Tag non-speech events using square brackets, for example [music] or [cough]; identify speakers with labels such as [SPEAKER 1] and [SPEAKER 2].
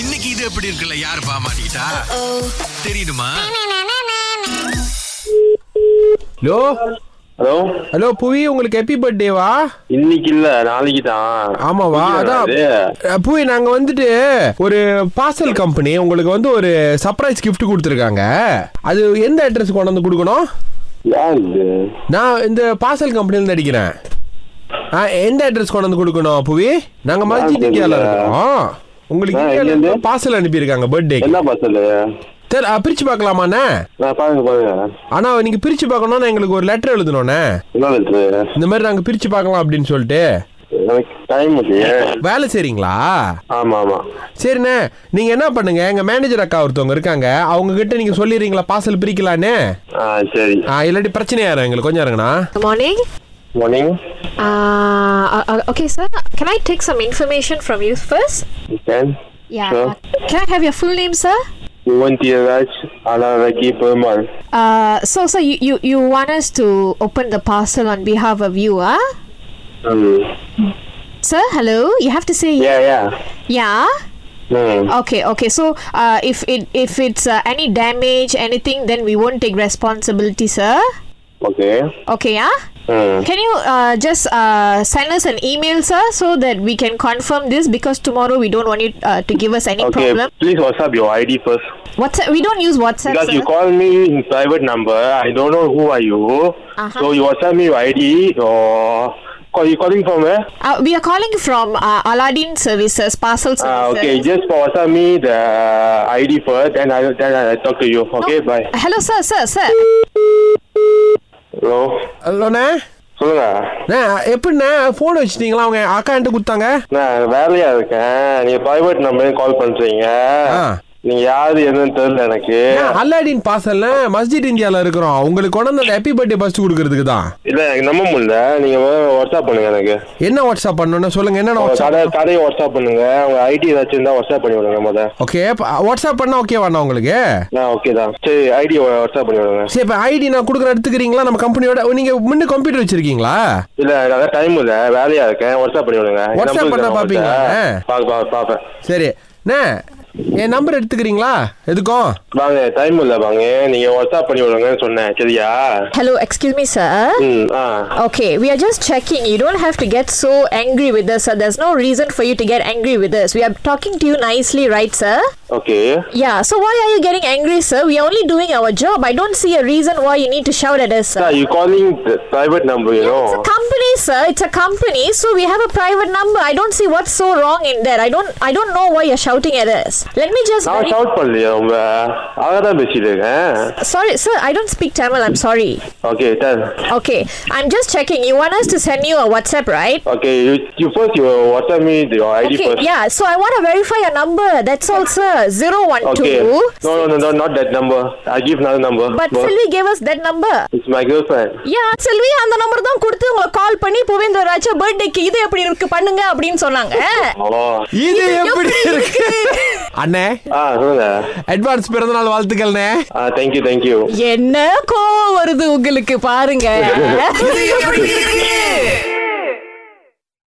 [SPEAKER 1] இன்னைக்கு இது எப்படி இருக்குல்ல யார் பாமாட்டா தெரியுமா
[SPEAKER 2] ஹலோ
[SPEAKER 3] ஹலோ
[SPEAKER 2] ஹலோ புவி உங்களுக்கு ஹாப்பி பர்த்டேவா
[SPEAKER 3] இன்னைக்கு இல்ல நாளைக்கு தான்
[SPEAKER 2] ஆமாவா அதான் அஹ், புவி நாங்க வந்துட்டு ஒரு பார்சல் கம்பெனி உங்களுக்கு வந்து ஒரு சர்ப்ரைஸ் gift கொடுத்துருக்காங்க அது எந்த அட்ரஸ் கொண்டு வந்து கொடுக்கணும்
[SPEAKER 3] யார் இது
[SPEAKER 2] நான் இந்த பார்சல் கம்பெனில அடிக்கிறேன் ஆ எந்த அட்ரஸ் கொண்டு வந்து கொடுக்கணும் புவி நாங்க மல்ஜி இந்தியால இருக்கோம்
[SPEAKER 3] ஆ,
[SPEAKER 2] உங்களுக்கு
[SPEAKER 3] எங்கேருந்து?
[SPEAKER 2] பார்சல் அனுப்பியிருக்காங்க பர்த்டே
[SPEAKER 3] என்ன பசங்க
[SPEAKER 2] சரி அஹ், பிரிச்சு பார்க்கலாமாண்ணே
[SPEAKER 3] நான் பாருங்க பாருங்க
[SPEAKER 2] ஆனா நீங்க பிரிச்சு பார்க்கணும்னா எங்களுக்கு ஒரு லெட்டர் எழுதணும்ண்ணே
[SPEAKER 3] என்ன லெட்ரு
[SPEAKER 2] இந்த மாதிரி நாங்க பிரிச்சு பார்க்கலாம் அப்படின்னு சொல்லிட்டு
[SPEAKER 3] எனக்கு டைம் இல்லையே
[SPEAKER 2] வேலை செய்றீங்களா
[SPEAKER 3] ஆமா ஆமா
[SPEAKER 2] சரிண்ணே நீங்க என்ன பண்ணுங்க எங்க மேனேஜர் அக்கா ஒருத்தவங்க இருக்காங்க அவங்க கிட்ட நீங்க சொல்லிடுறீங்களா பார்சல் பிரிக்கலான்னு
[SPEAKER 3] ஆ சரி
[SPEAKER 2] ஆ, இல்லாட்டி பிரச்சனை யாரும் எங்களுக்கு கொஞ்சம் இருங்கண்ணா
[SPEAKER 4] Good morning.
[SPEAKER 3] Morning
[SPEAKER 4] Uh, uh, okay, sir. Can I take some information from you first?
[SPEAKER 3] Can Sure.
[SPEAKER 4] Can I have your full name, sir?
[SPEAKER 3] யுவந்தியராஜ் அலாரகி Perumal
[SPEAKER 4] Uh, so, sir, you, you, you want us to open the parcel on behalf of you, ah?
[SPEAKER 3] ம்
[SPEAKER 4] Sir, hello. You have to say
[SPEAKER 3] yeah yeah
[SPEAKER 4] yeah.
[SPEAKER 3] Hmm
[SPEAKER 4] Okay, okay. So, uh, if it if it's uh, any damage, anything, then we won't take responsibility, sir.
[SPEAKER 3] Okay
[SPEAKER 4] Okay, yeah.
[SPEAKER 3] Hmm
[SPEAKER 4] Can you uh, just uh, send us an email, sir, so that we can confirm this? Because tomorrow we don't want you uh, to give us any
[SPEAKER 3] Okay,
[SPEAKER 4] problem.
[SPEAKER 3] please WhatsApp your ID first.
[SPEAKER 4] WhatsApp. We don't use WhatsApp.
[SPEAKER 3] Because
[SPEAKER 4] sir.
[SPEAKER 3] you call me in private number, I don't know who are you.
[SPEAKER 4] Uh-huh.
[SPEAKER 3] So you WhatsApp me your ID or call you calling from where?
[SPEAKER 4] Uh, we are calling from uh, Aladdin Services Parcel Services.
[SPEAKER 3] Ah, okay, just for WhatsApp me the ID first, then I then I talk to you. Okay, bye.
[SPEAKER 4] Hello, sir, sir, sir.
[SPEAKER 3] Hello.
[SPEAKER 2] ஹலோண்ணே
[SPEAKER 3] சொல்லுங்க
[SPEAKER 2] அண்ணே, எப்படிண்ணே phone வச்சுட்டீங்களா அவங்க அக்கான்ட்டு கொடுத்தாங்க
[SPEAKER 3] நான் வேலையா இருக்கேன் நீங்க பிரைவேட் நம்பர் கால் பண்றீங்க
[SPEAKER 2] ஆ.
[SPEAKER 3] நீங்க யாரு என்னன்னு தெரியல எனக்கு
[SPEAKER 2] அண்ணே, அல்லாடின் பார்சல்ல மஸ்ஜித் இந்தியால இருக்கிறோம் உங்களுக்கு கொண்டு வந்து அந்த ஹாப்பி பர்த்டே ஃபர்ஸ்ட் கொடுக்கறதுக்கு தான்
[SPEAKER 3] இல்ல எனக்கு நம்ப முடியல நீங்க வாட்ஸ்அப் பண்ணுங்க எனக்கு
[SPEAKER 2] என்ன வாட்ஸ்அப் பண்ணணும் சொல்லுங்க என்னென்ன
[SPEAKER 3] உங்க கடை
[SPEAKER 2] வாட்ஸ்அப்
[SPEAKER 3] கடையை வாட்ஸ்அப் பண்ணுங்க உங்க ஐடி ஏதாச்சும் இருந்தா வாட்ஸ்அப் பண்ணி விடுங்க முத
[SPEAKER 2] ஓகே வாட்ஸ்அப் பண்ணா ஓகேவாண்ணா உங்களுக்கு
[SPEAKER 3] நான் ஓகே தான் சரி ஐடி வாட்ஸ்அப் பண்ணி விடுங்க
[SPEAKER 2] சரி இப்போ ஐடி நான் கொடுக்குற எடுத்துக்கிறீங்களா நம்ம கம்பெனியோட நீங்க முன்ன கம்ப்யூட்டர் வச்சிருக்கீங்களா
[SPEAKER 3] இல்ல அதான் டைம் இல்ல வேலையா இருக்கேன் வாட்ஸ்அப் பண்ணி விடுங்க
[SPEAKER 2] WhatsApp பண்ணா பாப்பீங்களா?
[SPEAKER 3] பாப்பேன் பாப்பேன்
[SPEAKER 2] சரி அண்ணே என் நம்பர் எடுத்துக்கிறீங்களா எதுக்கும்
[SPEAKER 3] வாங்க டைம் இல்ல வாங்க நீங்க வாட்ஸ்அப் பண்ணி
[SPEAKER 4] kan
[SPEAKER 3] விடுங்கன்னு சொன்னேன் சரியா
[SPEAKER 4] Hello, excuse me, sir.
[SPEAKER 3] ம் ஆ
[SPEAKER 4] Okay, we are just checking. You don't have to get so angry with us, sir. There's no reason for you to get angry with us. We are talking to you nicely, right, sir?
[SPEAKER 3] Okay
[SPEAKER 4] Yeah, so why are you getting angry, sir? We are only doing our job. I don't see a reason why you need to shout at us, sir.
[SPEAKER 3] Sir you calling private number you
[SPEAKER 4] It's a company, sir. It's a company, so we have a private number. I don't see what's so wrong in that. I don't. I don't know why you're shouting at us. Let me just.
[SPEAKER 3] நான்
[SPEAKER 4] verify-
[SPEAKER 3] shout பண்ணலையே உங்க
[SPEAKER 4] Ah,
[SPEAKER 3] அழகா தான் பேசிட்டு இருக்கேன்
[SPEAKER 4] Sorry, sir. I don't speak Tamil. I'm sorry.
[SPEAKER 3] Okay then
[SPEAKER 4] ha. Okay, I'm just checking. You want us to send you a WhatsApp, right?
[SPEAKER 3] Okay you you first you WhatsApp me your ID
[SPEAKER 4] Okay,
[SPEAKER 3] first
[SPEAKER 4] yeah. So I want to verify your number. That's all, sir. Zero one
[SPEAKER 3] okay
[SPEAKER 4] two.
[SPEAKER 3] No no no not that number I give another number
[SPEAKER 4] But Sylvie gave us that number.
[SPEAKER 3] It's my girlfriend
[SPEAKER 4] yeah Selvi அந்த நம்பர் தான் கொடுத்து உங்களை கால் பண்ணி புவேந்திர ராஜா பர்த்டேக்கு இது எப்படி இருக்கு பண்ணுங்க அப்படின்னு சொன்னாங்க
[SPEAKER 3] ஓ
[SPEAKER 4] Oh.
[SPEAKER 2] இது [laughs] எப்படி இருக்கு அண்ணே
[SPEAKER 3] ஆ
[SPEAKER 4] Ah,
[SPEAKER 3] சொல்லுங்க
[SPEAKER 2] அட்வான்ஸ் பிறந்தநாள் வாழ்த்துக்கள்ண்ணே
[SPEAKER 3] ஆ தேங்க்யூ தேங்க்யூ
[SPEAKER 4] என்ன கோவம் வருது உங்களுக்கு பாருங்க
[SPEAKER 1] இது எப்படி இருக்கு